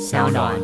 小暖。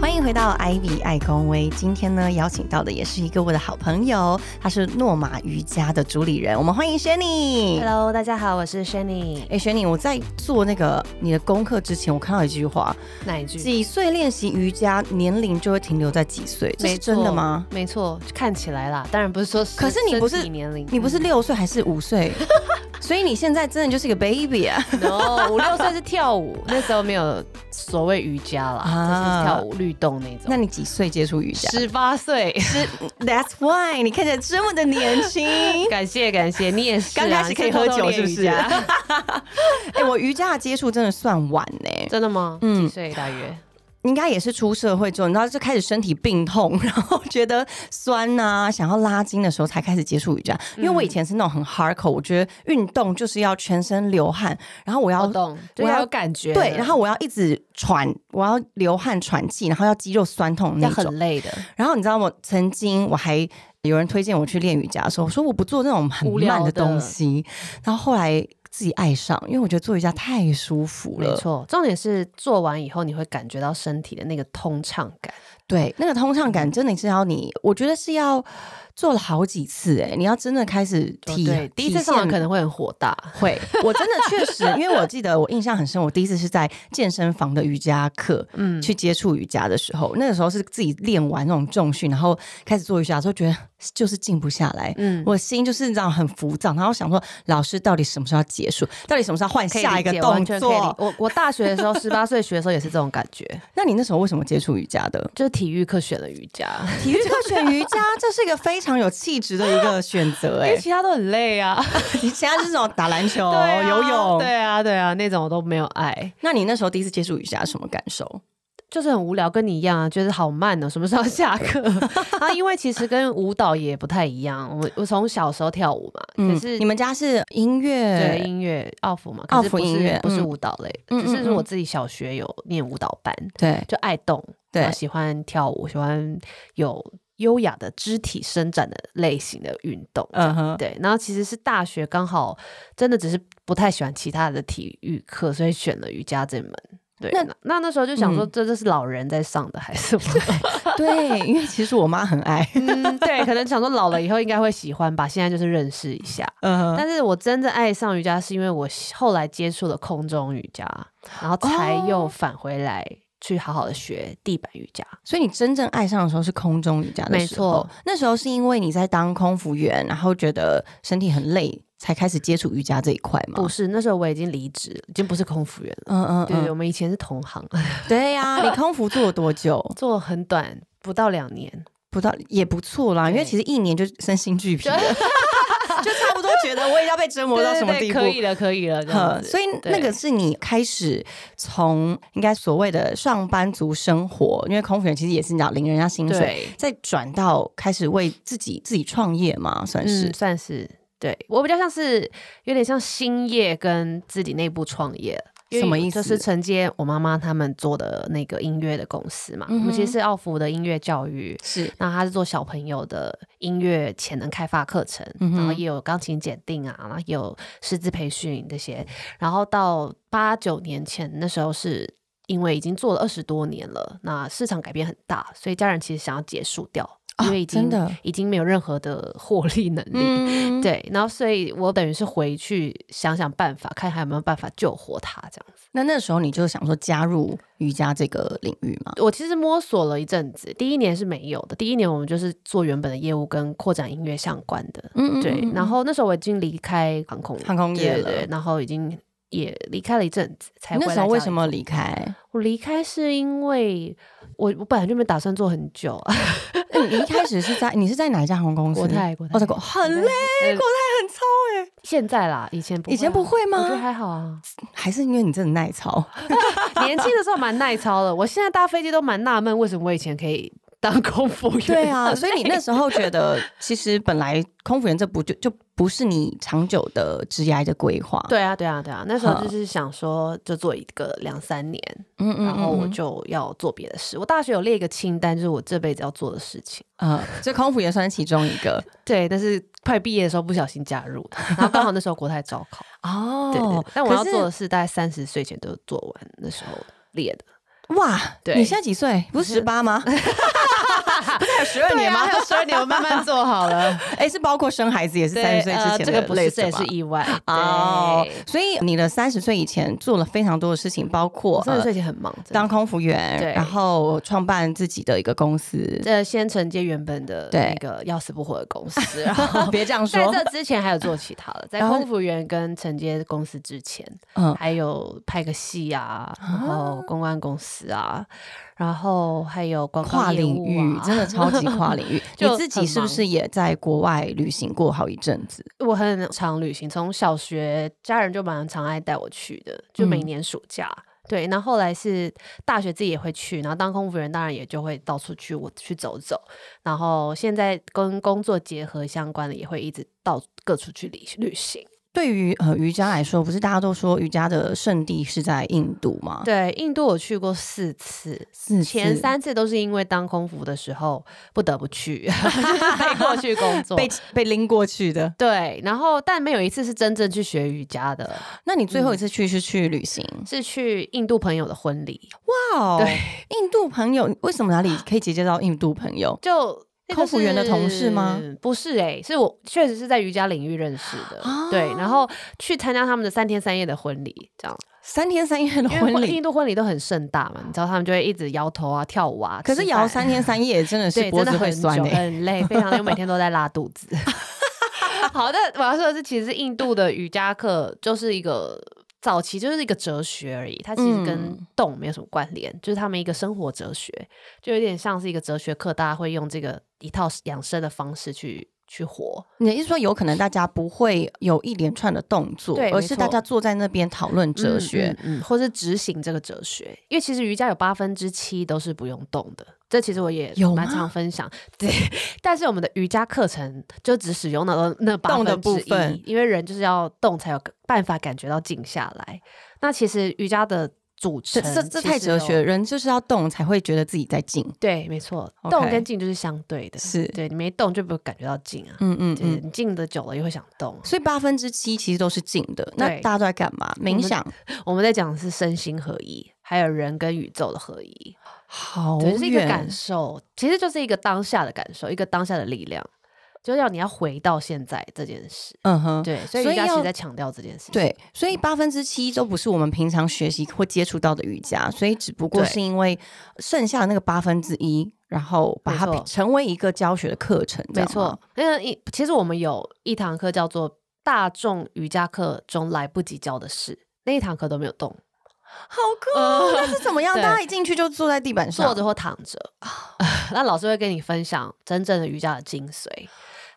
欢迎回到 Ivy 爱公微，今天呢邀请到的也是一个我的好朋友，他是诺玛瑜伽的主理人，我们欢迎 Shanny。 Hello，大家好，我是 Shanny。哎、n y 我在做那个你的功课之前，我看到一句话：哪一句？几岁练习瑜伽，年龄就会停留在几岁，这是没错真的吗？？没错，看起来啦，当然不是说身，可是你不是身体年龄，嗯你不是六岁还是五 岁？所以你现在真的就是一个 baby 啊！嗯 no 五六岁是跳舞，那时候没有所谓瑜伽啦，啊就是跳舞律动那种。那你几岁接触瑜伽十八岁， ？That's why 你看起来这么的年轻。感谢感谢，你也是啊、 刚开始可以你啊偷偷喝酒练是不是瑜伽 哎、我瑜伽的接触真的算晚呢、真的吗？ 嗯嗯，几岁大约？应该也是出社会之后，你知道就开始身体病痛， 然后觉得酸呐、想要拉筋的时候才开始接触瑜伽。因嗯为我以前是那种很 hardcore，我觉得运动就是要全身流汗，然后我要我懂，我就要要有感觉的，对，然后我要一直喘，我要流汗喘气，然后要肌肉酸痛要那种呃很。累的，然后你知道我曾经我还有人推荐我去练瑜伽的时候，我说我不做那种很无聊慢的的东西，然后后来自己爱上，因为我觉得做瑜伽太舒服没了。错。重点是做完以后，你会感觉到身体的那个通畅感。对，那个通畅嗯感真的是要你，我觉得是要做了好几次、哎，你要真的开始体、哦对，第一次上完可能会很火大，会，我真的 确实，因为我记得我印象很深，我第一次是在健身房的瑜伽课，嗯，去接触瑜伽的时候，那个时候是自己练完那种重训，然后开始做瑜伽的时候，觉得就是静不下来，嗯嗯，我心就是这样很浮躁，然后想说老师到底什么时候要结束，到底什么时候要换可以下一个理解动完全可以理作？我我大学的时候，十八岁学的时候也是这种感觉，那你那时候为什么接触瑜伽的？就是体育课选了瑜 伽，体育课选瑜伽，这是一个非常有气质的一个选择、因为哎，其他都很累啊， 你其他就是那种打篮 球、 对啊哦游泳，对啊对啊，那种我都没有爱，那你那时候第一次接触瑜伽什么感受？就是很无聊，跟你一样啊，觉得好慢哦，什么时候下课 啊？因为其实跟舞蹈也不太一样，我我从小时候跳舞嘛，嗯可是你们家是音对乐音乐奥福嘛，奥可是福不是音乐不是嗯舞蹈类的，嗯只嗯是嗯我自己小学有念舞蹈班，对就爱动，对然后喜欢跳舞，喜欢有优雅的肢体伸展的类型的运动。嗯哼，对，然后其实是大学刚好真的只是不太喜欢其他的体育课，所以选了瑜伽这门。对，那那那那时候就想说，嗯这这是老人在上的还是什么？对，因为其实我妈很爱， 嗯，对，可能想说老了以后应该会喜欢吧，现在就是认识一下。 嗯哼，但是我真正爱上瑜伽，是因为我后来接触了空中瑜伽，然后才哦又返回来去好好的学地板瑜伽。所以你真正爱上的时候是空中瑜伽的没时候错，那时候是因为你在当空服员，然后觉得身体很累，才开始接触瑜伽这一块嘛。不是，那时候我已经离职，已经不是空服员了。嗯嗯对，我嗯，们以前是同行， 对呀、你空服做了多久？做很短，不到两年。不到也不错啦，因为对其实一年就身心俱疲了， 就差不多觉得我也要被折磨到什么地步。可以了，可以了，这样呵，子。所以那个是你开始从应该所谓的上班族生活，因为空服员其实也是你知道领人家薪水，对，再转到开始为自己自己创业嘛，算是。嗯，算是对我比较像是有点像兴业跟自己内部创业。因为什么意思就是承接我妈妈他们做的那个音乐的公司嘛，嗯哼我们其实是奥福的音乐教育，是，那他是做小朋友的音乐潜能开发课程，嗯哼然后也有钢琴检定啊，然后也有师资培训这些。然后到八九年前，那时候是因为已经做了二十多年了，那市场改变很大，所以家人其实想要结束掉，啊因为已真经、的已经没有任何的获利能力。嗯，对，然后所以我等于是回去想想办法，看还有没有办法救活他这样子。那那时候你就想说加入瑜伽这个领域嘛？我其实摸索了一阵子，第一年是没有的，第一年我们就是做原本的业务跟扩展音乐相关的，嗯对，然后那时候我已经离开航空航空业了对对对然后已经也离开了一阵子，才回那来时候为什么么离开？我离开是因为我我本来就没打算做很久啊，那哦你一开始是在你是在哪一家航空公司？国泰国泰哦，在国很累，呃国泰很操哎，现在啦，以前不以前不会啊吗我觉得还好啊，还是因为你真的耐操？ 年轻的时候蛮耐操的，我现在搭飞机都蛮纳闷，为什么我以前可以。当空服员。对 啊，所以你那时候觉 得，其实本来空服员这不就就不是你长久的职业的规划。，对啊，对啊，对啊，那时候就是想说，就做一个两三年，嗯嗯然后我就要做别的事。我大学有列一个清单，就是我这辈子要做的事情。呃，所以空服员算是其中一个对，但是快毕业的时候不小心加入的，然后刚好那时候国泰招考，哦 对对对但我要做的可事，大概三十岁前都做完，那时候列的。是哇，对你现在几岁？不是十八 吗？不是还有十二年吗？还有十二年，我慢慢做好了。 哎，是包括生孩子也是对三十岁之呃前的这个不是，类似这也吧是意外。哦对，所以你的三十岁以前做了非常多的事情，包括我三十呃岁前很忙，真的当空服员，对然后创办自己的一个公 司。呃先承接原本的对那个要死不活的公司，然 后别这样 在说，这之前还有做其他的，在然后空服员跟承接公司之前，嗯还有拍个戏啊，然后公关公司啊，然后还有广告 跨业领务域啊真的超级跨领域。你 就自己很是不忙是也在国外旅行过好一阵子？我很常旅行，从小学家人就蛮常爱带我去的，就每嗯年暑假。对，那后来是大学自己也会去，然后当空服员当然也就会到处去我去走走，然后现在跟工作结合相关的也会一直到各处去旅旅行。对于呃瑜伽来说，不是大家都说瑜伽的圣地是在印度吗？，对，印度我去过四次，是前三次都是因为当空服的时候不得不去， 被迫去工作。被被拎过去的。对，然后但没有一次是真正去学瑜伽的，那你最嗯后一次去是去旅行？是去印度朋友的婚礼。哇哦，对，印度朋友为什么哪里啊可以结交到印度朋友？就那个空服员的同事吗是？不是哎、是我确实是在瑜伽领域认识的，啊对，然后去参加他们的三天三夜的婚礼，这样，三天三夜的因婚为印礼，度婚礼都很盛大嘛，你知道他们就会一直摇头啊、跳舞啊，可是吃摇饭三天三夜真的是对，脖真子的会很酸欸久的、很累，非常累，我每天都在拉肚子。 好的，我要说的是，其实印度的瑜伽课就是一个早期就是一个哲学而已，它其实跟嗯动没有什么关联，就是他们一个生活哲学，就有点像是一个哲学课，大家会用这个一套养生的方式去去活。你的意思说，有可能大家不会有一连串的动作对，而没是错大家坐在那边讨论哲嗯学。，嗯，嗯或是执行这个哲学，因为其实瑜伽有八分之七都是不用动的，这其实我也有蛮吗常分享。对，但是我们的瑜伽课程就只使用了那八动的分之部分一，因为人就是要动才有办法感觉到静下来。那其实瑜伽的组这成，这这太哲哦学了，。人就是要动才会觉得自己在静。对，没错， OK 动跟静就是相对的。是对你没动就不会感觉到静啊。嗯嗯对，嗯。你静的久了也会想动啊。所以八分之七其实都是静的，那对大家都在干嘛？冥们想，我们在讲的是身心合一，还有人跟宇宙的合一。好对，就是一个感远。受，其实就是一个当下的感受，一个当下的力量，就是要你要回到现在这件事。嗯哼，对，所以所瑜以伽其要实在强调这件事。，对，所以八分之七都不是我们平常学习或接触到的瑜伽，所以只不过对是因为剩下的那个八分之一，然后把它没错成为一个教学的课程，这没样吗错。。那一其实我们有一堂课叫做大众瑜伽课中来不及教的事，那一堂课都没有动，好酷哦！那是怎么样？对大家一进去就坐在地板上，坐着或躺着。啊 那老师会跟你分享真正的瑜伽的精髓。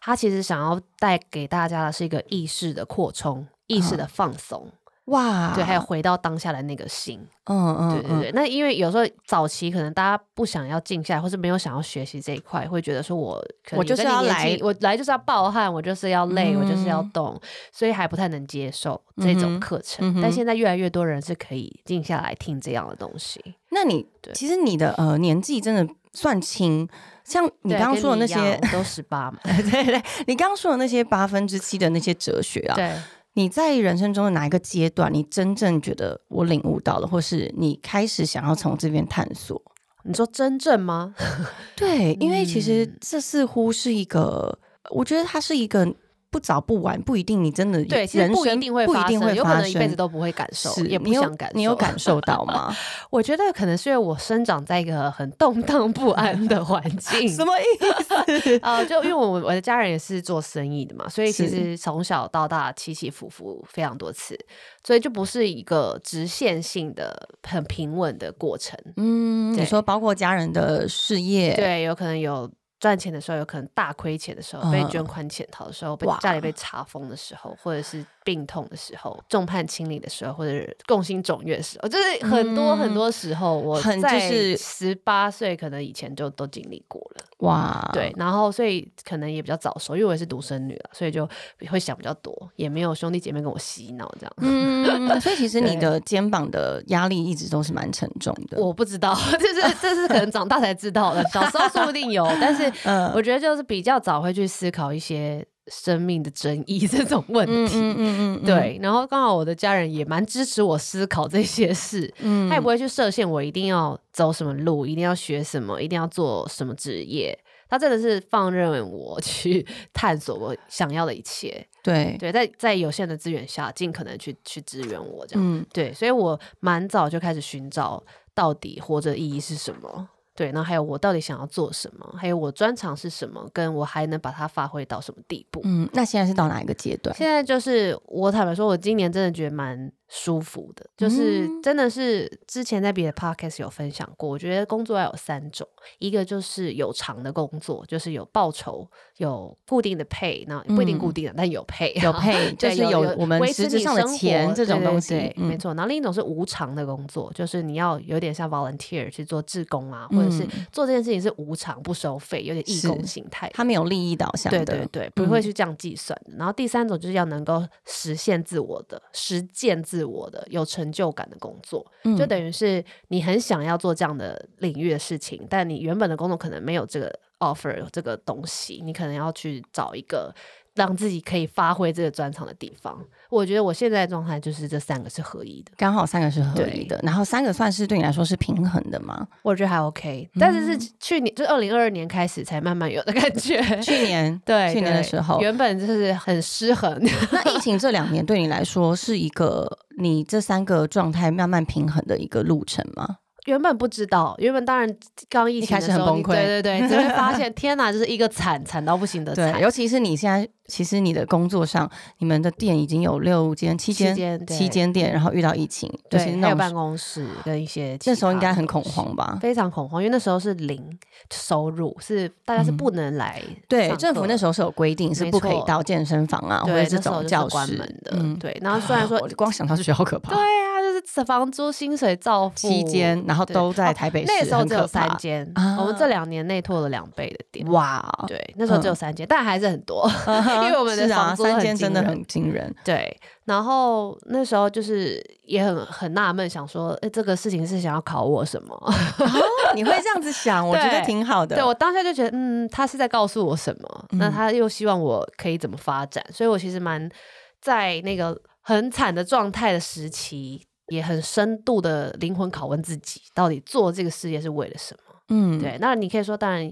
他其实想要带给大家的是一个意识的扩充，意啊识的放松，哇，对，还有回到当下的那个心。嗯嗯对对嗯，对，那因为有时候早期可能大家不想要静下来，或是没有想要学习这一块，会觉得说我可能我就是跟你要年来纪我来就是要暴汗，我就是要累，我就是要嗯动，所以还不太能接受这嗯哼种课程。嗯哼但现在越来越多人是可以静下来听这样的东西。那你对其实你的呃年纪真的算轻，像你对刚刚跟说的那一样些，我都十 八嘛，对对对，你刚刚说的那些八分之七的那些哲学啊，对。你在人生中的哪一个阶段，你真正觉得我领悟到了，或是你开始想要从这边探索？你说真 正吗？对，因为其实嗯这似乎是一个，我觉得它是一个不早不晚，不一定你真的对，其实人不一生定会不一发定生，会有可发能一辈生子都不会感受，是也不你有想感受。你有感受到吗？ 我觉得可能是因为我生长在一个很动荡不安的 环境，什么意思？呃，就因为我我的家人也是做生意的嘛，所以其是实从小到大起起伏伏非常多次，所以就不是一个直线性的、很平稳的过程。嗯，你对说包括家人的事业，对，有可能有赚钱的时候，有可能大亏钱的时候，被嗯捐款潜逃的时候，被哇家里被查封的时候，或者是病痛的时候、众叛亲离的时候，或者是共心肿月的时候，就是很多嗯很多时候，我很就在是十八岁可能以前就都经历过了。哇，对，，然后所以可能也比较早熟，因为我也是独生女了，所以就会想比较多，也没有兄弟姐妹跟我洗脑这样。 嗯，所以其实你对的肩膀的压力一直都是蛮沉重的。我不知道， 就是这是可能长大才知道的，小时候说不定有，但是 嗯我觉得就是比较早会去思考一些生命的争议这种问嗯题。嗯嗯嗯，对，然后刚好我的家人也蛮支持我思考这些事，嗯，嗯他也不会去设限我一定要走什么路，一定要学什么，一定要做什么职业。他真的是放任我去 探索我想要的一切，对，对，在在有限的资源下，尽可能去去支援我这样。嗯，对，所以我蛮早就开始寻找到底活着的意义是什么。对，然后还有我到底想要做什么，还有我专长是什么，跟我还能把它发挥到什么地步。嗯，那现在是到哪一个阶段？现在就是我坦白说，我今年真的觉得蛮舒服的，就是嗯真的是之前在别的 podcast 有分享过，我觉得工作要有三种，一个就是有偿的工作，就是有报酬、有固定的 pay，那不一定嗯固定的，但有 pay，有配，就对是有有我们维持实质你上的生活钱这种对对东西对，嗯没错。然后另一种是无偿的工作，就是你要有点像 volunteer 去做志工啊，或者是嗯做这件事情是无偿不收费，有点义是工形态的。它没有利益导向对的，对对，不嗯会去这样计算的。然后第三种就是要能够实现自我的、实践自我的、有成就感的工作，就嗯等于是你很想要做这样的领域的事情，但你原本的工作可能没有这个 offer 这个东西，你可能要去找一个让自己可以发挥这个专长的地方。我觉得我现在的状态就是这三个是合一的，刚好三个是合理的，然后三个算是对你来说是平衡的嘛？我觉得还 OK，但是是去年就二零二二年开始才慢慢有的感觉。去年对，去年的对时候，原本就是很失衡， 那疫情这两年对你来说是一个你这三个状态慢慢平衡的一个路程吗？原本不知道，原本当然刚疫一情开的始时候，很崩你溃对对对，只会 发现天哪，就是一个惨惨到不行的对，惨。尤其是你现在，其实你的工作上，你们的店已经有六间、七期间、间对七间店，然后遇到疫情，就对，是还那有种办公室跟一些其那时候应该他很的恐东西，慌吧？非常恐慌，因为那时候是零收入，是大家是不能来上课、嗯对，政府那时候是有规定是没不可以错到健身房啊，或对者那这时候种就是教室关门的，嗯，对。然后虽然说我光想到就觉得好可怕。对啊，就是房租、薪水照付，七间，然后对哦都在台北市，那时候很只可有怕三间，啊我们这两年内拓了两倍的店。哇，对，那时候只有嗯三间，但还是 很多。因 因为我们的啊，房租三很间真惊的人很惊人，对，然后那时候就是也很很纳闷，想说，哎、这个事情是想要考我什么？哦你会这样子想，我觉得对挺好的。对我当下就觉得，嗯，他是在告诉我什么？那嗯他又希望我可以怎么发展？所以我其实蛮在那个很惨的状态的时期，也很深度的灵魂拷问自己，到底做这个事业是为了什么？嗯，对，那你可以说，当然。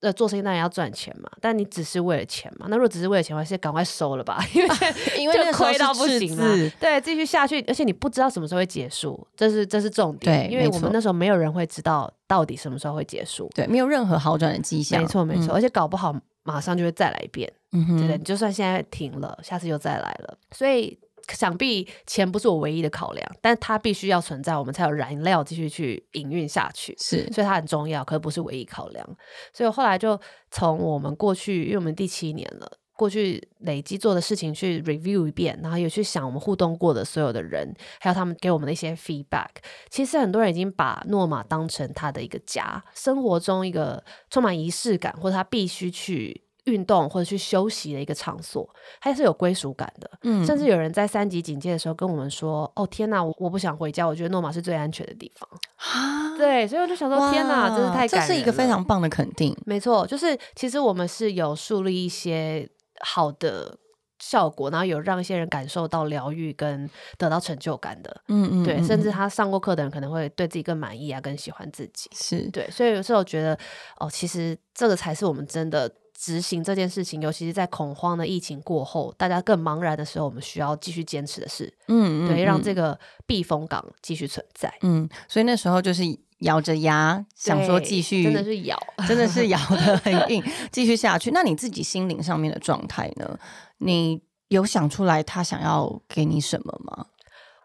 呃，做生意当然要赚钱嘛，但你只是为了钱嘛？那如果只是为了钱，我还是赶快收了吧， 因为现 在因为就那时候亏是到不赤行啊字，对，继续下去，而且你不知道什么时候会结束，这是这是重点。对因为没我们错那时候没有人会知道到底什么时候会结束。对，没有任何好转的迹象。没错，没错，而且搞不好马上就会再来一遍，嗯，嗯对哼不对？你就算现在停了，下次又再来了，所以。想必钱不是我唯一的考量，但它必须要存在，我们才有燃料继续去营运下去。是，所以它很重要，可不是唯一考量。所以我后来就从我们过去，因为我们第七年了，过去累积做的事情去 review 一遍，然后也去想我们互动过的所有的人，还有他们给我们的一些 feedback。其实很多人已经把诺玛当成他的一个家，生活中一个充满仪式感，或者他必须去。运动或者去休息的一个场所，它是有归属感的。嗯甚至有人在三级警戒的时候跟我们说：“哦，天哪，我我不想回家，我觉得诺玛是最安全的地方。”啊，对，所以我就想说，天哪，真是哇太这感人了。是一个非常棒的肯定。没错，就是其实我们是有树立一些好的效果，然后有让一些人感受到疗愈跟得到成就感的。嗯嗯，对，嗯甚至嗯他上过课的人可能会对自己更满意啊，更喜欢自己。是对，所以有时候觉得，哦，其实这个才是我们真的执行这件事情，尤其是在恐慌的疫情过后，大家更茫然的时候，我们需要继续坚持的事，嗯对，让这个个避风港继续存在。嗯，所以那时候就是咬着牙想说对继续，真的是咬。真的是咬得很 硬，继续下去。那你自己心灵上面的状态呢？你有想出来他想要给你什么吗？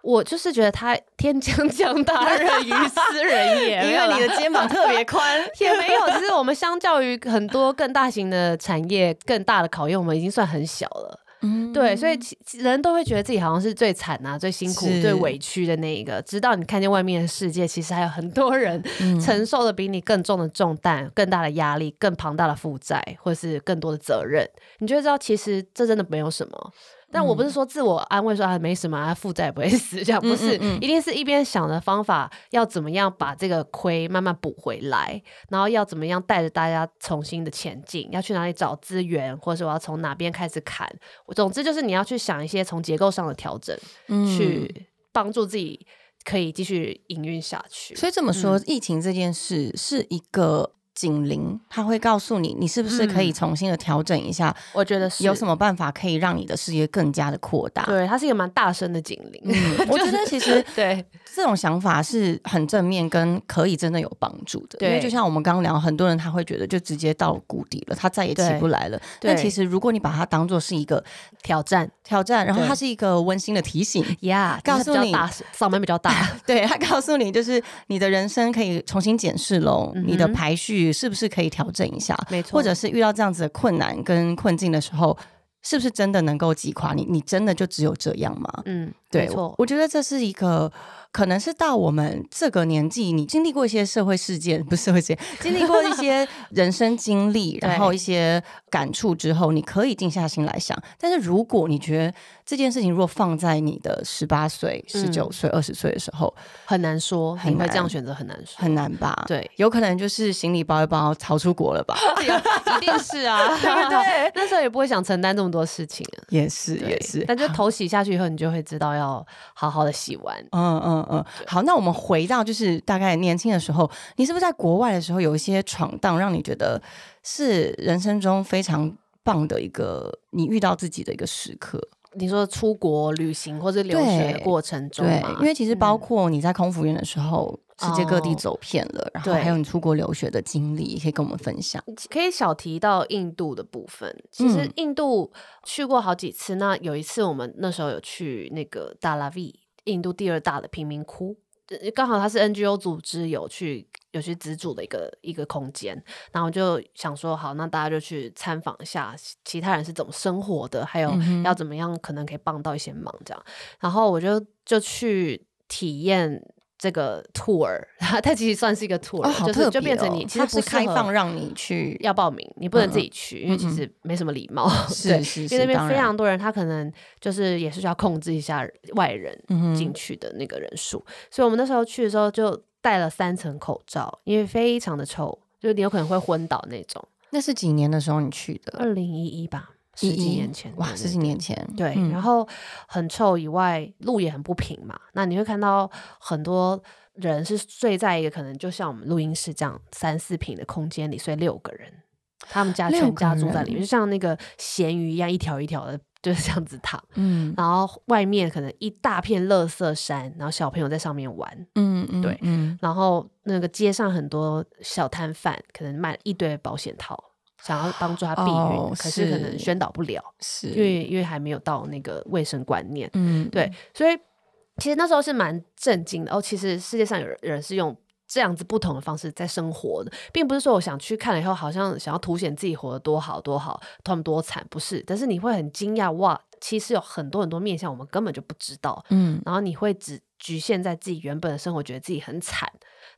我就是觉得他天将 降大任于斯人也，没有啦的肩膀特别宽， 也没有，只是我们相较于很多更大型的产业、更大的考验，我们已经算很小了。嗯对，所以其其人都会觉得自己好像是最惨啊、最辛苦、是最委屈的那一个，直到你看见外面的世界，其实还有很多人嗯承受的比你更重的重担、更大的压力、更庞大的负债，或是更多的责任，你就会知道其实这真的没有什么。但我不是嗯说自我安慰说啊没什么啊，负债也不会死 这样，不是，嗯嗯一定是一边想着方法要怎么样把这个亏慢慢补回来，然后要怎么样带着大家重新的前进，要去哪里找资源，或者是我要从哪边开始砍，我总之就是你要去想一些从结构上的调整，嗯去帮助自己可以继续营运下去。所以这么说，嗯疫情这件事是一个警铃，它会告诉你，你是不是可以重新的调整一下，我觉得嗯是有什么办法可以让你的事业更加的扩大。对，它是一个蛮大声的警铃。啊嗯我觉得其 实对，这种想法是很正面，跟可以真的有帮助的。对因为就像我们刚刚聊，很多人他会觉得就直接到谷底了，他再也起对不来了。对但其实如果你把它当做是一个挑战挑战，然后对它是一个温馨的提醒，呀告就诉是比你较大声，嗓门比 较大。对他告诉你，就是你的人生可以重新检视喽，嗯哼你的排序是不是可以调整一下？没错或者是遇到这样子的困难跟困境的时候，是不是真的能够击垮你？你真的就只有这样吗？嗯，对，没错我，我觉得这是一个，可能是到我们这个年纪，你经历过一些社会事件，不是社会事件，经历过一 些人生经历，对然后一些感触之后，你可以静下心来想。但是如果你觉得这件事情，如果放在你的十八岁、十嗯九岁、二十岁的时候，很难说，很你会难这样选择很难 说。很难吧？对，有可能就是行李包一包逃出国 了吧？一定是 啊，对不 对？那时候也不会想承担这么多事情啊，也是，对也是。但就头洗下去以后，你就会知道要好好的洗完。嗯嗯嗯，好，那我们回到就是大概年轻的时候，你是不是在国外的时候有一些闯荡，让你觉得是人生中非常棒的一个你遇到自己的一个时刻？你说出国旅行或者留学的对过程中啊对嘛，，因为其实包括你在空服员的时候，世界各地哦走遍了，然后对还有你出国留学的经历，也可以跟我们分享。可以小提到印度的部分。其实嗯印度去过好几次，那有一次我们那时候有去那个达拉维，印度第二大的贫民窟，呃刚好它是 NGO 组织有去有去资助的一个一个空间，然后就想说好，那大家就去参访一下其他人是怎么生活的，还有嗯哼要怎么样可能可以帮到一些忙这样。然后我就就去体验。这个 tour，它 其实算是一个 tour，、哦，好就特别、是哦，就变成你其它实不是开放让你去，要报名，你不能自己去，因为嗯其嗯实没什么礼貌。是嗯 对，是因为那是，边当非然，常多人，他可能就是也是需要控制一下外人嗯进去的那个人数，所以我们那时候去的时候就戴了三层口罩，因为非常的臭，就是你有可能会昏倒那种。那是几年的时候你去的？二零一一吧，十几11年前，哇，对十几。年前，对，对嗯然后很臭以外，路也很不平嘛。那你会看到很多人是睡在一个可能就像我们录音室这样三四平的空间里睡六个人，他们家六全个家住在里面，人就像那个咸鱼一样一条一条的，就是这样子躺。嗯然后外面可能一大片垃圾山，然后小朋友在上面玩，嗯嗯，对嗯然后那个街上很多小摊贩可能卖一堆保险套，想要帮助他避孕，哦可是可能是宣导不了，是，因为因为还没有到那个卫生观念，嗯，对，所以其实那时候是蛮震惊的哦。其实世界上有人是用这样子不同的方式在生活的，并不是说我想去看了以后，好像想要凸显自己活得多好多好，他们多惨，不是。但是你会很惊讶，哇，其实有很多很多面向我们根本就不知道，嗯，然后你会只局限在自己原本的生活，觉得自己很惨。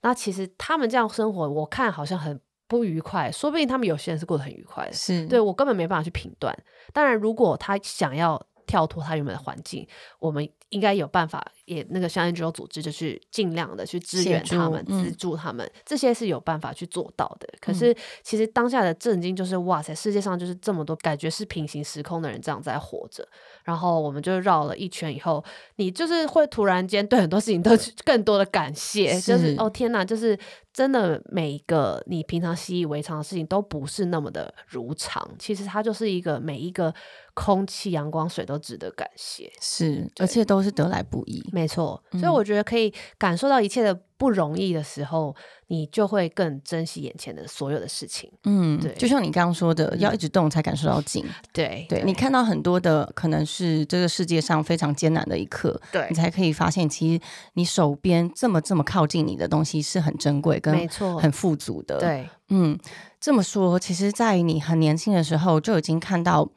那其实他们这样生活，我看好像很不愉快，说不定他们有些人是过得很愉快的。是对，我根本没办法去评断。当然，如果他想要跳脱他原本的环境，我们应该有办法，也那个像 NGO 组织就去尽量的去支协援他助们、嗯资助他们，这些是有办法去做到的。可是，其实当下的震惊就是，哇塞，世界上就是这么多感觉是平行时空的人这样在活着。然后我们就绕了一圈以后，你就是会突然间对很多事情都 去更多的感谢，就是是哦天哪，就是真的每一个你平常习以为常的事情都不是那么的如常，其实它就是一个每一个空气、阳光、水都值得感谢。是，对而且都是得来不易。没错，嗯所以我觉得可以感受到一切的不容易的时候，你就会更珍惜眼前的所有的事情。嗯对，嗯就像你刚刚说的，要一直动才感受到静。对对你看到很多的，可能是这个世界上非常艰难的一刻，对你才可以发现，其实你手边这么这么靠近你的东西是很珍贵没跟错，很富足的。，对嗯，这么说，其实，在你很年轻的时候就已经看到。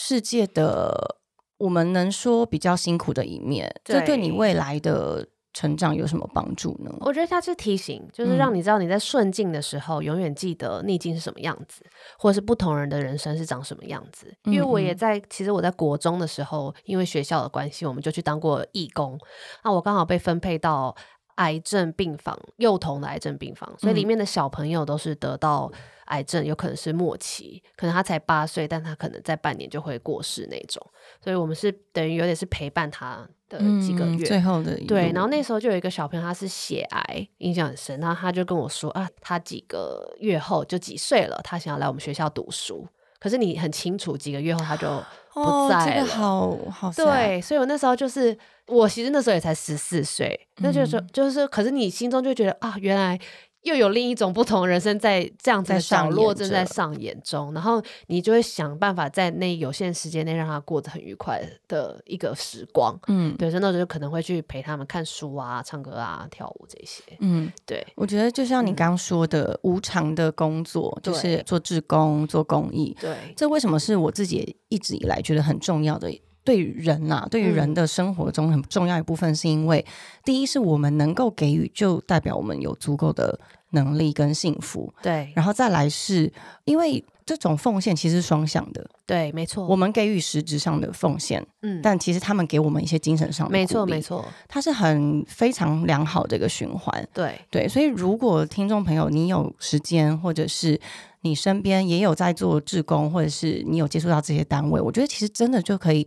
世界的，我们能说比较辛苦的一面，这对你对未来的成长有什么帮助呢？我觉得它是提醒，就嗯是让你知道你在顺境的时候，永远记得逆境是什么样子，或者是不同人的人生是长什么样子。因为我嗯也嗯在，其实我在国中的时候，因为学校的关系，我们就去当过义工。那我刚好被分配到癌症病房，幼童的癌症病房，所以里嗯面的小朋友都是得到癌症，有可能是末期，可能他才八岁，但他可能在半年就会过世那种。所以我们是等于有点是陪伴他的呃几个嗯月，最后的一对，路然后那时候就有一个小朋友，他是血癌，印象很深。然后他就跟我说啊，他几个月后就几岁了，他想要来我们学校读书。可是你很清楚，几个月后他就不哦在了。这个好好 sad 对，所以我那时候就是，我其实那时候也才十四岁，那就是嗯说、就是，可是你心中就觉得啊，原来又有另一种不同的人生在这样子的在上角落演正在着上演中，然后你就会想办法在那有限时间内让他过得很愉快的一个时光。嗯对，所以那时候就可能会去陪他们看书啊、唱歌啊、跳舞这些。嗯，对，我觉得就像你嗯刚说的，无偿的工作就对是做志工、做公益，对， 这为什么是我自己也一直以来觉得很重要的？对于人呐、对于嗯人的生活中很重要一部分，是因为、第一是我们能够给予，就代表我们有足够的能力跟幸福，对，然后再来是因为这种奉献其实是双向的，对，没错。我们给予实质上的奉献，哦嗯，但其实他们给我们一些精神上的没错，鼓励没，错，它是很非常良好的一个循环。对，对，所以如果听众朋友你有时间，或者是你身边也有在做志工，或者是你有接触到这些单位，我觉得其实真的就可以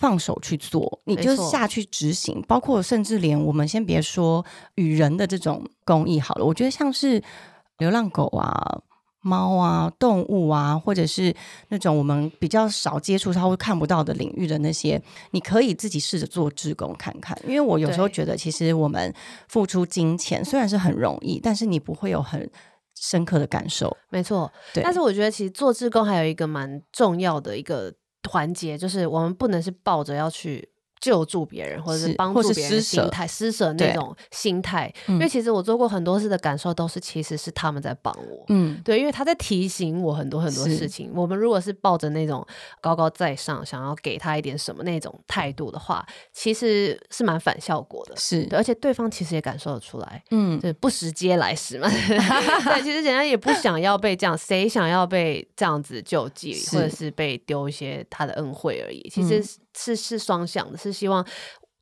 放手去做，你没就错下去执行。包括甚至连我们先别说与人的这种公益好了，我觉得像是流浪狗啊。猫啊，动物啊，或者是那种我们比较少接触、稍微看不到的领域的那些，你可以自己试着做志工看看。因为我有时候对觉得，其实我们付出金钱虽然是很容易，但是你不会有很深刻的感受。没错。对，但是我觉得，其实做志工还有一个蛮重要的一个环节，就是我们不能是抱着要去。救助别人，或者是是帮或助是别人的施舍心态，施舍那对种心态，因嗯为其实我做过很多次的感受，都是其实是他们在帮我，嗯，对，因为他在提醒我很多很多是事情。我们如果是抱着那种高高在上，想要给他一点什么那种态度的话，其实是蛮反效果的。是对，，而且对方其实也感受得出来，嗯，对，不时皆来时 嘛。对，其实人家也不想要被这样，谁想要被这样子救济，是或者是被丢一些他的恩惠而已。其实嗯是、是是双向的，是希望。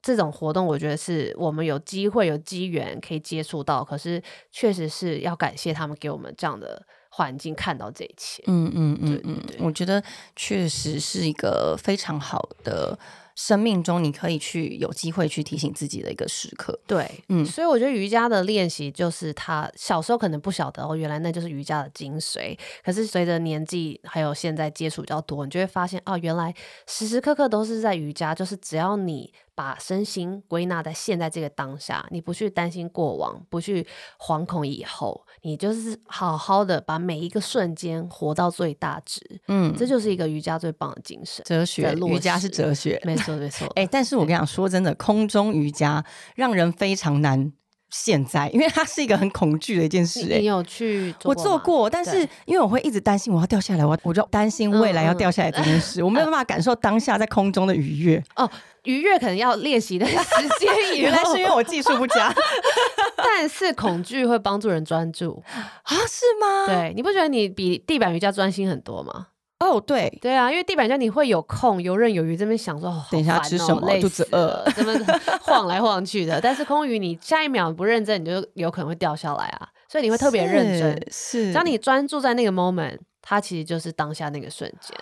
这种活动，我觉得是我们有机会、有机缘可以接触到，可是确实是要感谢他们给我们这样的环境，看到这一切。嗯嗯嗯对嗯对，对我觉得确实是一个非常好的生命中你可以去有机会去提醒自己的一个时刻。对，嗯所以我觉得瑜伽的练习就是他小时候可能不晓得哦，原来那就是瑜伽的精髓。可是随着年纪还有现在接触比较多，你就会发现哦，原来时时刻刻都是在瑜伽，就是只要你把身心归纳在现在这个当下，你不去担心过往，不去惶恐以后，你就是好好的把每一个瞬间活到最大值，嗯，这就是一个瑜伽最棒的精神。哲学在，落瑜伽是实哲学。没错，没错。 哎、但是我跟你讲，嗯说真的，空中瑜伽让人非常难现在，因为它是一个很恐惧的一件事、你哎你，有去我吗做过，但是对嗯因为我会一直担心我要掉下来，我我就担心未来要掉下来这件事，我没有办法感受当下在空中的愉 悦。哦，愉悦可能要练习的时间以原来后是因为我技术不 佳但是恐惧会帮助人专 注。啊？是吗？，对，你不觉得你比地板瑜伽专心很多吗？哦对，对啊，因为地板瑜伽你会有空游刃有余，这边想说，哦、好等一下烦哦吃什么累肚子死了，这么晃来晃去的。但是空余你下一秒不认真，你就有可能会掉下来啊，所以你会特别认真。是，是只要你专注在那个 moment，它其实就是当下那个瞬间。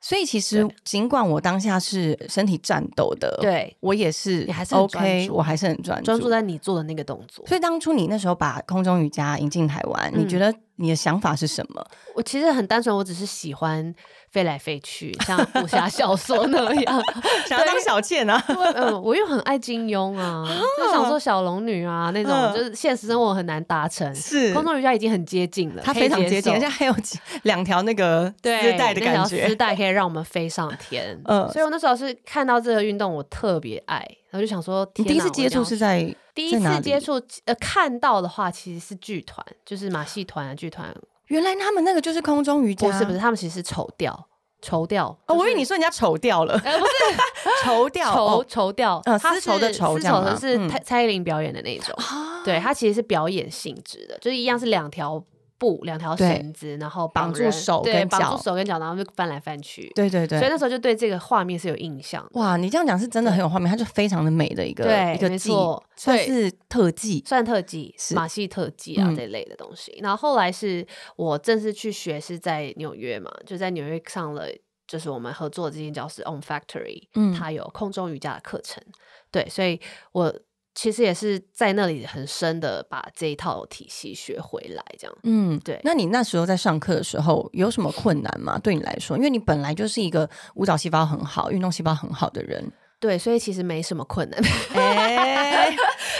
所以其实尽管我当下是身体战斗的，，对，我也是，你还是很专 OK，注我还是很专注，专注在你做的那个动作。所以当初你那时候把空中瑜伽引进台湾，你嗯觉得你的想法是什 么？我其实很单纯，我只是喜欢飞来飞去，像武侠小说那样。 想要当小妾呢？因为嗯，我又很爱金庸啊，就想说小龙女啊那种，嗯就是现实生活很难达成。是空中瑜伽已经很接近了，它可以非常接受近，而且还有几两条那个丝对带的那感条丝觉。带可以让我们飞上天。嗯所以我那时候是看到这个运动，我特别爱，然后就想说，你天第一哪次接触是。在我一定要第一在哪次里接触，呃，看到的话其实是剧团，就是马戏团啊，剧团，原来他们那个就是空中瑜伽，不是不是，他们其实是丑调，愁掉。哦，我以为你说人家丑掉了，哎，不是 丑掉愁哦愁掉，嗯它丝绸的是绸丝这样绸的吗是嗯啊蔡蔡依林表演的那种，对，它其实是表演性质的，就是一样是两条布、两条对绳子，然后绑住人手对跟绑脚住手跟脚，然后就翻来翻去。对对对所以，那时候就对这个画面是有印象的。哇，你这样讲是真的很有画面，它就非常的美的一个对一个没技错，算对是特技。算特技是、马戏特技啊嗯这类的东西。然后后来是我正式去学是在纽约嘛，就在纽约上了。就是我们合作的这间教室 On Factory，嗯它有空中瑜伽的课程，对，所以我其实也是在那里很深的把这一套体系学回来，这样。嗯，对那你那时候在上课的时候有什么困难吗？对你来说，因为你本来就是一个舞蹈细胞很好、运动细胞很好的 人，对，所以其实没什么困难， 哎、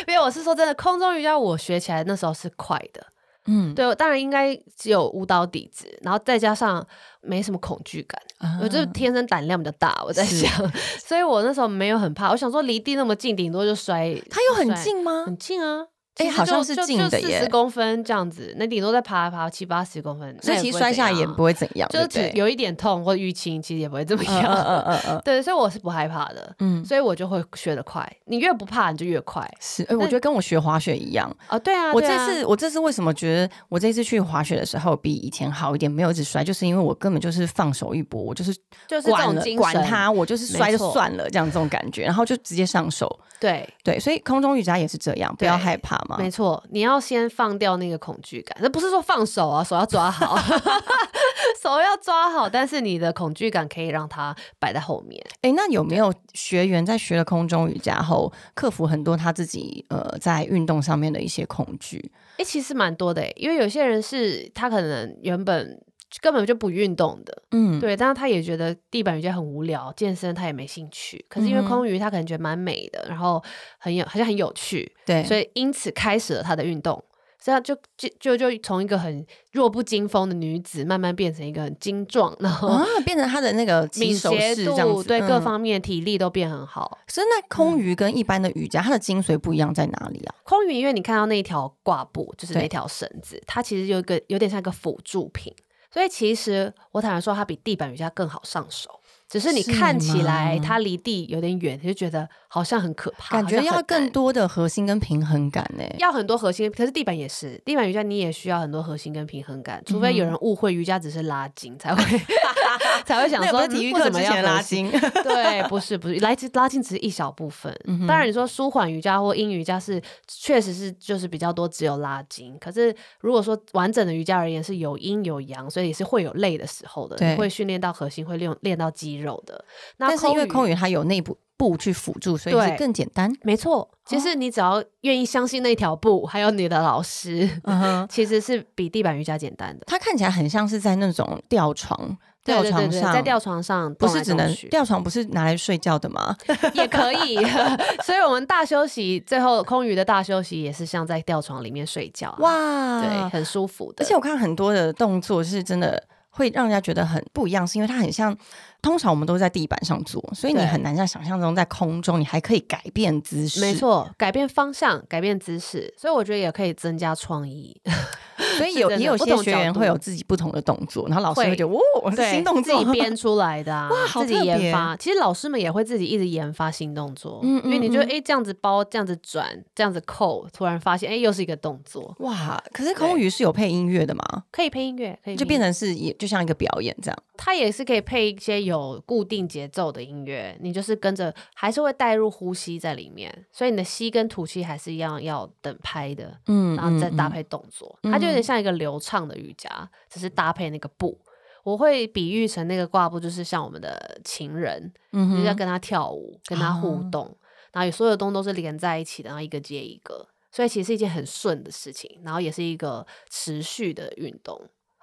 没有，我是说真的，空中瑜伽我学起来那时候是快的，嗯，对，我当然应该只有舞蹈底子，然后再加上没什么恐惧感。啊我就是天生胆量比较大，我在是想， 所以我那时候没有很怕。我想说离地那么近，顶多就摔。它有很摔，近 吗？很近啊！哎好像是近的四耶十公分这样子，那顶多再爬爬七八十公分，所以那其不实摔会怎样啊下也不会怎样，就对是不对只有一点痛或淤青，其实也不会这嗯么嗯嗯样。嗯嗯 对，所以我是不害怕的，嗯，所以我就会学得快。你越不怕，你就越快是，哎、我觉得跟我学滑雪一样。哦，对啊，我对这啊次，我这次为什么觉得我这次去滑雪的时候比以前好一点，没有一直摔，就是因为我根本就是放手一搏，我就是就是这管种了精神，管它，我就是摔就没错算了，这样这种感觉，然后就直接上手。对，对，所以空中瑜伽也是这样，不要害怕嘛。没错，你要先放掉那个恐惧感。那不是说放手啊，手要抓好， 手要抓好，但是你的恐惧感可以让它摆在后面。哎、那有没有学员在学了空中瑜伽后，克服很多他自己呃在运动上面的一些恐惧？诶、其实蛮多的、诶，因为有些人是他可能原本根本就不运动的，嗯，对，但是他也觉得地板瑜伽很无聊，健身他也没兴趣。可是因为嗯哼空余，他可能觉得蛮美的，然后很有好像很有趣，对，所以因此开始了她的运动。这样就就就就从一个很弱不禁风的女子，慢慢变成一个很精壮，然后啊，变成他的那个起敏手捷式这样度，子，对各嗯。方嗯面体力都变很好。所以那空余跟一般的瑜伽，它的精髓不一样在哪里啊？空余，因为你看到那一条挂布，就是对那条绳子，它其实有一个有点像一个辅助品，所以其实我坦白说，它比地板瑜伽更好上手。只是你是看起来吗它离地有点远，你就觉得好像很可怕，感好觉像要很更难多的核心跟平衡感呢、要很多核心，可是地板也是，地板瑜伽你也需要很多核心跟平衡感，除非嗯有人误会瑜伽只是拉筋才 会才会想那说不是体育嗯为课什之么要前核拉心， 筋，对，不是不是，来拉筋只是一小部分。 嗯哼当然你说舒缓瑜伽或阴瑜伽是确实是就是比较多只有拉筋，可是如果说完整的瑜伽而言是有阴有阳，所以是会有累的时候的，对你会训练到核心，会练练到肌肉的。那但是因为瑜空余它有内部部去辅助，所以对是更简单。没错，其哦实你只要愿意相信那条布，还有你的老师，嗯哼，其实是比地板瑜伽简单的。它看起来很像是在那种吊床，对吊对床对上对，在吊床上不动来是只动能去吊床，不是拿来睡觉的吗？也可以， 所以我们大休息最后空余的大休息也是像在吊床里面睡觉、啊，哇，哇，对，很舒服的。而且我看很多的动作是真的会让人家觉得很不一样，是因为它很像，通常我们都是在地板上做，所以你对很难在想象中在空中，你还可以改变姿势。没，错，改变方向，改变姿势，所以我觉得也可以增加创意。哦 所以是有真的也有不些同学角员度会有自己不同的动作，然后老师会会觉得哇，我是新动作自己编出来的、啊，哇好自己特别研发。其实老师们也会自己一直研发新动作，嗯因为你嗯就哎、嗯诶这样子包，这样子转，这样子扣，突然发现哎、诶又是一个动作， 哇！可是空余是有配音乐的嘛？可以配音乐，可以就配变音乐成是也就像一个表演这样。它也是可以配一些有固定节奏的音乐，你就是跟着还是会带入呼吸在里面，所以你的吸跟吐气还是一样要等拍的，嗯然后再搭嗯配动作，它就有点像一个流畅的瑜伽，只是搭配那个布。我会比喻成那个挂布，就是像我们的情人，嗯就是要哼，跟他跳舞，跟他互哦动，然后所有的动作都是连在一起的，然后一个接一个，所以其实是一件很顺的事情，然后也是一个持续的运动，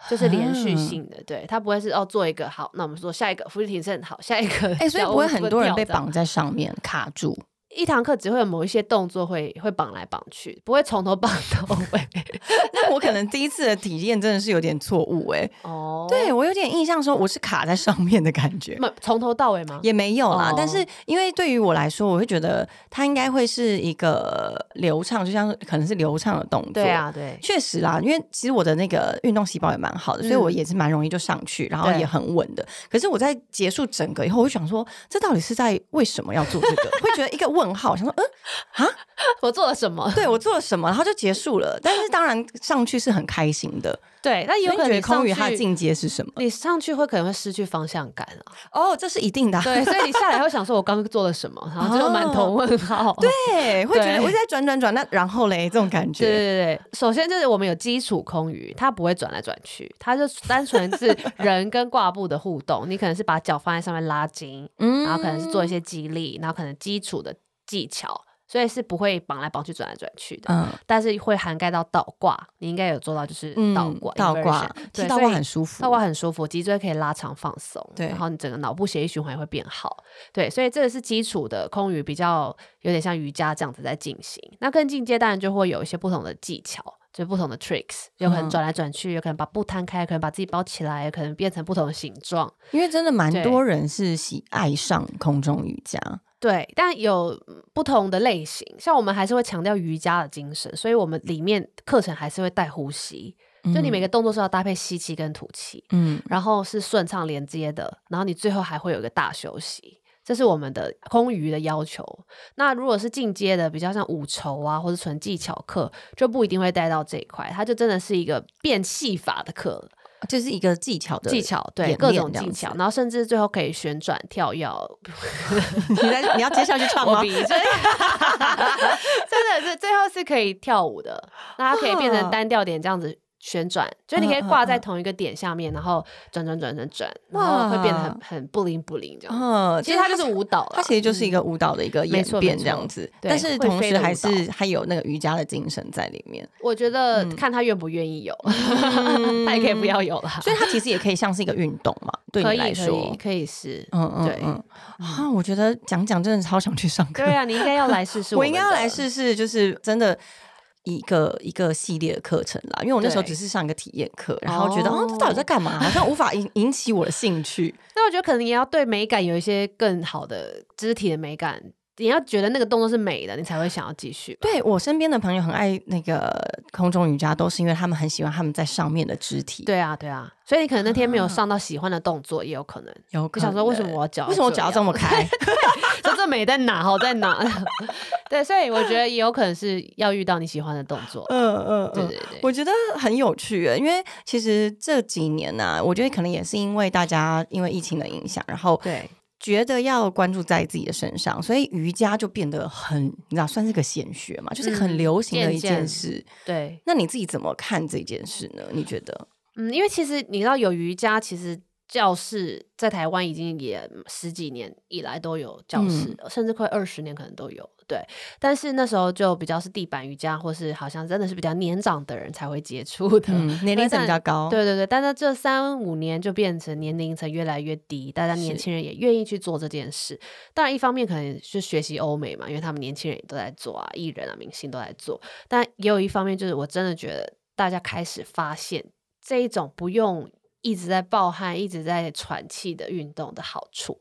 就是连续啊性的，对，它不会是哦做一个好，那我们说下一个俯卧撑好，下一个 哎、所以脚不会步很蹲多人跳被这样绑在上面卡住。一堂课只会有某一些动作会会绑来绑去，不会从头绑到尾。 那我可能第一次的体验真的是有点错误哎、哦， 对我有点印象说我是卡在上面的感觉。没，从头到尾吗？也没有啦，哦但是因为对于我来说，我会觉得它应该会是一个流畅，就像是可能是流畅的动作。对，啊，对，确实啦，因为其实我的那个运动细胞也蛮好的，所以嗯我也是蛮容易就上去，然后对也很稳的。可是我在结束整个以后，我就想说，这到底是在为什么要做这个？ 会觉得一个问号，想说，嗯， 我做了什么？对我做了什么，然后就结束了。但是当然上去是很开心的，对，那所有以可你觉得能空你余它上的去，境界是什么？你上去会可能会失去方向感啊。哦，这是一定的啊、 对，所以你下来会想说，我刚刚做了什么？然后就满头问号。对。 对，会觉得对我一直在转转转，那然后嘞，这种感对觉。对对，首先就是我们有基础空余，它不会转来转去，它就单纯是人跟挂布的互动。你可能是把脚放在上面拉筋，嗯然后可能是做一些肌力，然后可能基础的技巧，所以是不会绑来绑去、转来转去的。嗯但是会涵盖到倒挂，你应该有做到就是倒挂，嗯倒 inversion 挂，其对，实倒所挂以很舒服。倒挂很舒服，脊椎可以拉长放松，对然后你整个脑部血液循环也会变好，对，所以这个是基础的空余，比较有点像瑜伽这样子在进行。那更进阶当然就会有一些不同的技巧，就是不同的 tricks，有可能嗯转来转去，有可能把布摊开，有可能把自己包起来，有可能变成不同的形状，因为真的蛮对多人是喜爱上空中瑜伽。对，但有嗯不同的类型，像我们还是会强调瑜伽的精神，所以我们里面课程还是会带呼吸，就你每个动作是要搭配吸气跟吐气，嗯然后是顺畅连接的，然后你最后还会有一个大休息。这是我们的空余的要求。那如果是进阶的，比较像五筹啊，或者纯技巧课，就不一定会带到这一块，它就真的是一个变戏法的课了。就是一个技巧的技，巧对演各练种这样技子巧，然后甚至最后可以旋转、跳跃， 你在你要接下去唱吗我？比真的真的是最后是可以跳舞的，那它可以变啊成单调点这样子旋转，就是你可以挂在同一个点下面，然后转转转转转，然后会变得很哇很不灵不灵这样。嗯，其实它就是舞蹈啦，它其实就是一个舞蹈的一个没演错变没这样错子，对但是会同飞时的舞还蹈是还有那个瑜伽的精神在里面，我觉得嗯看他愿不愿意有，他也可以不要有啦。所以它其实也可以像是一个运动 嘛，对可你以来可以说，可以是，嗯嗯对嗯，啊，我觉得讲讲真的超想去上课对，啊，你应该要来试试。 我应该要来，试试，就是真的。一个一个系列的课程啦，因为我那时候对只是上一个体验课，然后觉得哦哦这到底在干嘛？好像无法引引起我的兴趣。那我觉得可能也要对美感有一些更好的肢体的美感，你要觉得那个动作是美的，你才会想要继续吧。 对我身边的朋友很爱那个空中瑜伽，都是因为他们很喜欢他们在上面的肢体。，对啊，对啊，所以你可能那天没有上到喜欢的动作，也有可能。有我可想说，为什么能我脚为什么我脚要这么开？ 这这美在哪？好在哪？ 对，所以我觉得也有可能是要遇到你喜欢的动作。嗯嗯对嗯对。对，我觉得很有趣耶，因为其实这几年呢、我觉得可能也是因为大家因为疫情的影响，然后对觉得要关注在自己的身上，所以瑜伽就变得很，你知道，算是个显学嘛，就是嗯很流行的一件事。对，那你自己怎么看这件事呢？你觉得？嗯，因为其实你知道有瑜伽，其实教室在台湾已经也十几年以来都有教室嗯了，甚至快二十年可能都有。对，但是那时候就比较是地板瑜伽，或是好像真的是比较年长的人才会接触的。嗯，年龄层比较高，对对对，但是这三五年就变成年龄层越来越低，大家年是轻人也愿意去做这件事。当然，一方面可能是学习欧美嘛，因为他们年轻人也都在做啊，艺人啊、明星都在做。但也有一方面就是，我真的觉得大家开始发现这一种不用一直在暴汗、一直在喘气的运动的好处。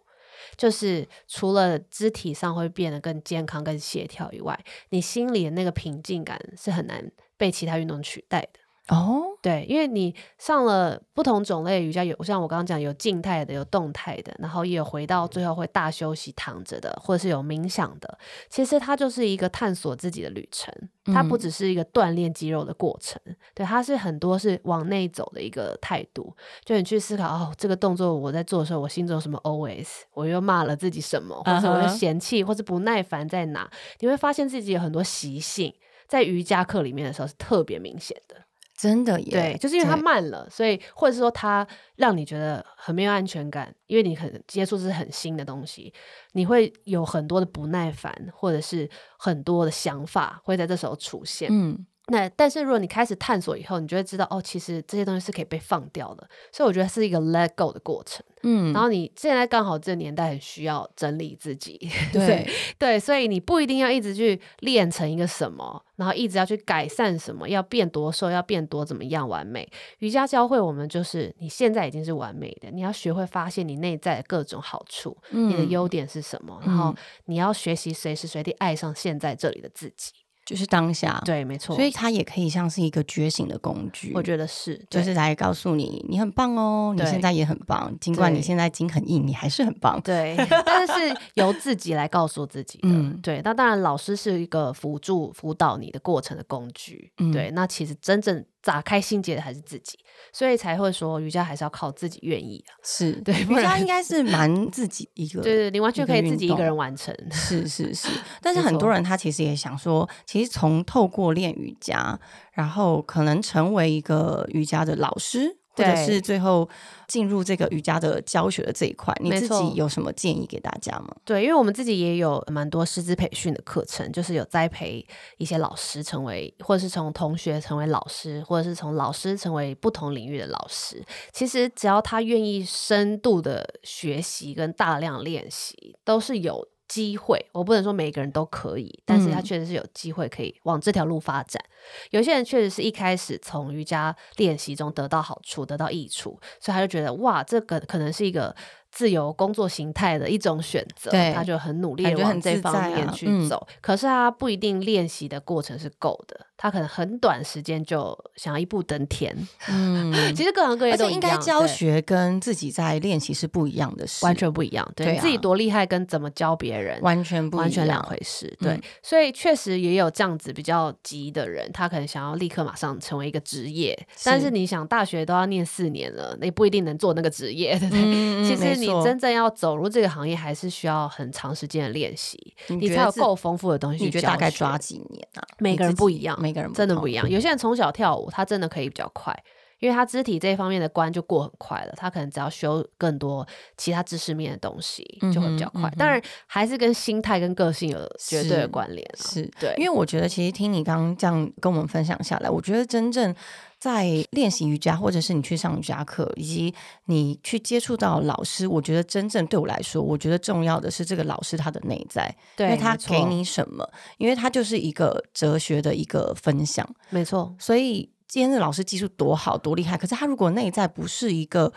就是除了肢体上会变得更健康、更协调以外，你心里的那个平静感是很难被其他运动取代的。哦，对，因为你上了不同种类的瑜伽，有像我刚刚讲有静态的，有动态的，然后也有回到最后会大休息躺着的，或者是有冥想的。其实它就是一个探索自己的旅程，它不嗯只是一个锻炼肌肉的过程，对，它是很多是往内走的一个态度。就你去思考，哦，这个动作我在做的时候，我心中有什么 OS，我又骂了自己什么，或者我啊哈又嫌弃，或是不耐烦在哪，你会发现自己有很多习性。在瑜伽课里面的时候是特别明显的，真的耶，对，就是因为它对慢了，所以或者是说它让你觉得很没有安全感，因为你很接触这是很新的东西，你会有很多的不耐烦，或者是很多的想法会在这时候出现。嗯，那但是如果你开始探索以后，你就会知道哦，其实这些东西是可以被放掉的。所以我觉得是一个 let go 的过程。嗯然后你现在刚好这个年代很需要整理自己，对，对，所以你不一定要一直去练成一个什么，然后一直要去改善什么，要变多瘦，要变多怎么样完美。瑜伽教会我们就是，你现在已经是完美的，你要学会发现你内在的各种好处，你的嗯优点是什么，然后嗯你要学习随时随地爱上现在这里的自己。就是当下，，对，没嗯错，所以它也可以像是一个觉醒的工具，我得觉得是，就对是来告诉你，你很棒哦，你对现在也很棒，尽管你对现在筋很硬，你还是很棒，对， 但是由自己来告诉自己的。嗯对，那当然，老师是一个辅助辅导你的过程的工具。嗯对，那其实真正打开心结的还是自己，所以才会说瑜伽还是要靠自己愿意啊。是对不瑜然伽应该是蛮自己一个， 对对，你完全一个可以运自己一动个人完成。是是是，但是没很多错人他其实也想说，其实从透过练瑜伽，然后可能成为一个瑜伽的老师，或者对是最后进入这个瑜伽的教学的这一块，你没自错己有什么建议给大家 吗？对，因为我们自己也有蛮多师资培训的课程，就是有栽培一些老师成为，或者是从同学成为老师，或者是从老师成为不同领域的老师。其实只要他愿意深度的学习跟大量练习，都是有。机会，我不能说每个人都可以，但是他嗯确实是有机会可以往这条路发展。有些人确实是一开始从瑜伽练习中得到好处、得到益处，所以他就觉得哇，这个可能是一个自由工作形态的一种选择，对他就很努力感地觉往很这自在方啊面去嗯走。可是他不一定练习的过程是够的，他可能很短时间就想要一步登天。嗯，其实各行各业而都且一应该样教对学跟自己在练习是不一样的事，完全不一样，对对你自己啊多厉害跟怎么教别人。完全不一样，完全两回事，对，嗯所以确实也有这样子比较急的人，他可能想要立刻马上成为一个职业，但是是你想大学都要念四年了，你不一定能做那个职业，对不对？嗯。嗯其没实你错真正要走入这个行业，还是需要很长时间的练习，你你觉才得有自够丰富的东西你去觉得教大概学抓几年啊？每你个人自不己一样每个人真的不一样。样。有些人从小跳舞，他真的可以比较快，因为他肢体这一方面的关就过很快了，他可能只要修更多其他知识面的东西，就会比较嗯快。哼嗯哼当然，还是跟心态跟个性有绝对的是关联啊。是对，因为我觉得，其实听你刚刚这样跟我们分享下来，我觉得真正在练习瑜伽，或者是你去上瑜伽课，以及你去接触到老师，我觉得真正对我来说，我觉得重要的是这个老师他的内在，因对为他没错给你什么，因为他就是一个哲学的一个分享，没错，所以今天的老师技术多好多厉害，可是他如果内在不是一个。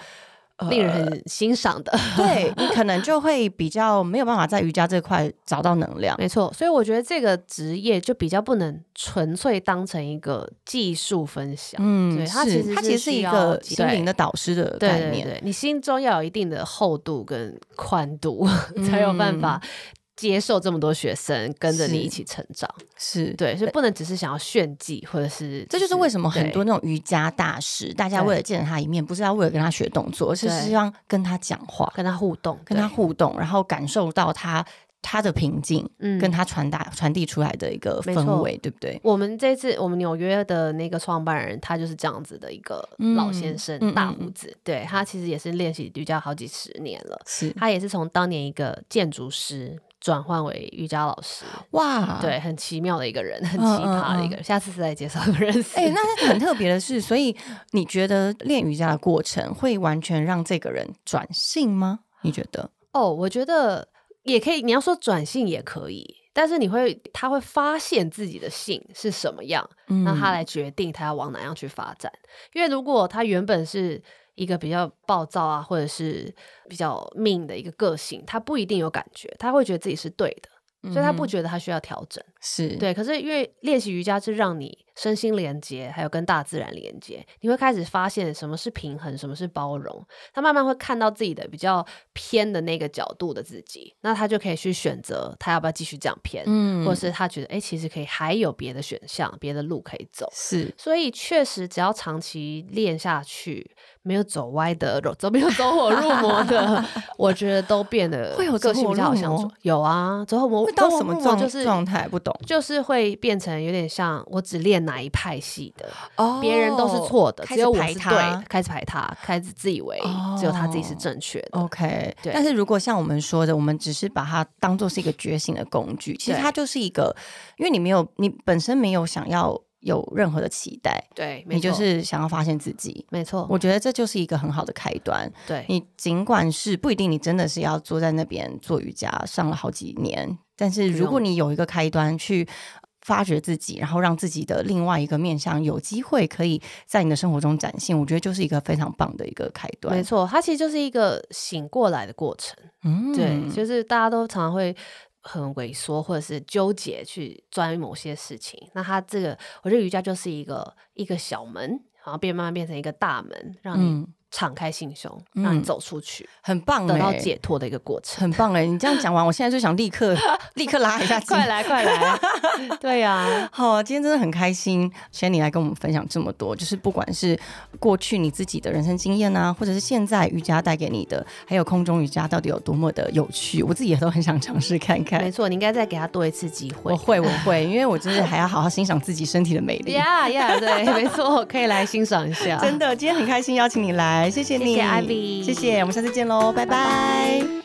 呃令人很欣赏 的。 对你可能就会比较没有办法在瑜伽这块找到能量，没错，所以我觉得这个职业就比较不能纯粹当成一个技术分享。嗯对它是其实它是其实是需一要个对心灵的导师的对概对念，对，你心中要有一定的厚度跟宽度，嗯 才有办法接受这么多学生跟着你是一起成长。是。对，所以不能只是想要炫技，或者是这就是为什么很多对那种瑜伽大师，大家对为了见了他一面，不是要为了跟他学动作，而是对希望跟他讲话、跟他互动，跟他对互动，然后感受到他他的平静，嗯跟他传达传递出来的一个没错氛围，对不对？我们这次我们纽约的那个创办人，他就是这样子的一个老先生，嗯嗯大嗯嗯胡子。对他其实也是练习瑜伽好几十年了，是他也是从当年一个建筑师转换为瑜伽老师。哇，对，很奇妙的一个人，很嗯奇嗯葩的一个人。下次再介绍个认识。哎、那很特别的是，所以你觉得练瑜伽的过程会完全让这个人转性吗？你觉得？哦，我觉得也可以，你要说转性也可以，但是你会他会发现自己的性是什么样，嗯让他来决定他要往哪样去发展。因为如果他原本是一个比较暴躁啊，或者是比较命的一个个性，他不一定有感觉，他会觉得自己是对的，所以他不嗯觉得他需要调整。是对，可是因为练习瑜伽是让你身心连接，还有跟大自然连接，你会开始发现什么是平衡，什么是包容。他慢慢会看到自己的比较偏的那个角度的自己，那他就可以去选择他要不要继续这样偏，嗯或是他觉得哎、诶其实可以还有别的选项、别的路可以走。是所以确实，只要长期练下去，没有走歪的，走没有走火入魔 的，我觉得都变得会有个走性火比较好入相处魔。有啊，走火魔会到走火什么入魔状就是状态？不懂就是会变成有点像我只练哪一派系的，哦别人都是错的，开始只有我排是他哦对的，开始排他，开始自以为只有他自己是正确的。 OK，对但是如果像我们说的，我们只是把它当做是一个觉醒的工具，其实对它就是一个，因为你没有，你本身没有想要有任何的期待，对，没你就错哦是想要发现自己。没错，我觉得这就是一个很好的开端。对，你尽管是不一定你真的是要坐在那边做瑜伽上了好几年，但是不如果用你有一个开端去发掘自己，然后让自己的另外一个面向有机会可以在你的生活中展现，我觉得就是一个非常棒的一个开端。没错，它其实就是一个醒过来的过程。嗯对，就是大家都常常会很萎缩或者是纠结去钻某些事情。那它这个，我觉得瑜伽就是一个一个小门，然后变慢慢变成一个大门，让你嗯，敞开心胸，让你嗯走出去，很棒、欸，得到解脱的一个过程。很棒哎、你这样讲完，我现在就想立 刻立刻拉一下筋。快来，快 来！对呀、啊，好，今天真的很开心，谢谢你来跟我们分享这么多，就是不管是过去你自己的人生经验啊，或者是现在瑜伽带给你的，还有空中瑜伽到底有多么的有趣，我自己也都很想尝试看没看。错，你应该再给他多一次机会。我会，我会，因为我就是还要好好欣赏自己身体的 美丽。呀呀，对，没错，可以来欣赏一 下。真的，今天很开心邀请你来，谢谢你，谢谢 Ivy 谢谢，我们下次见喽，拜拜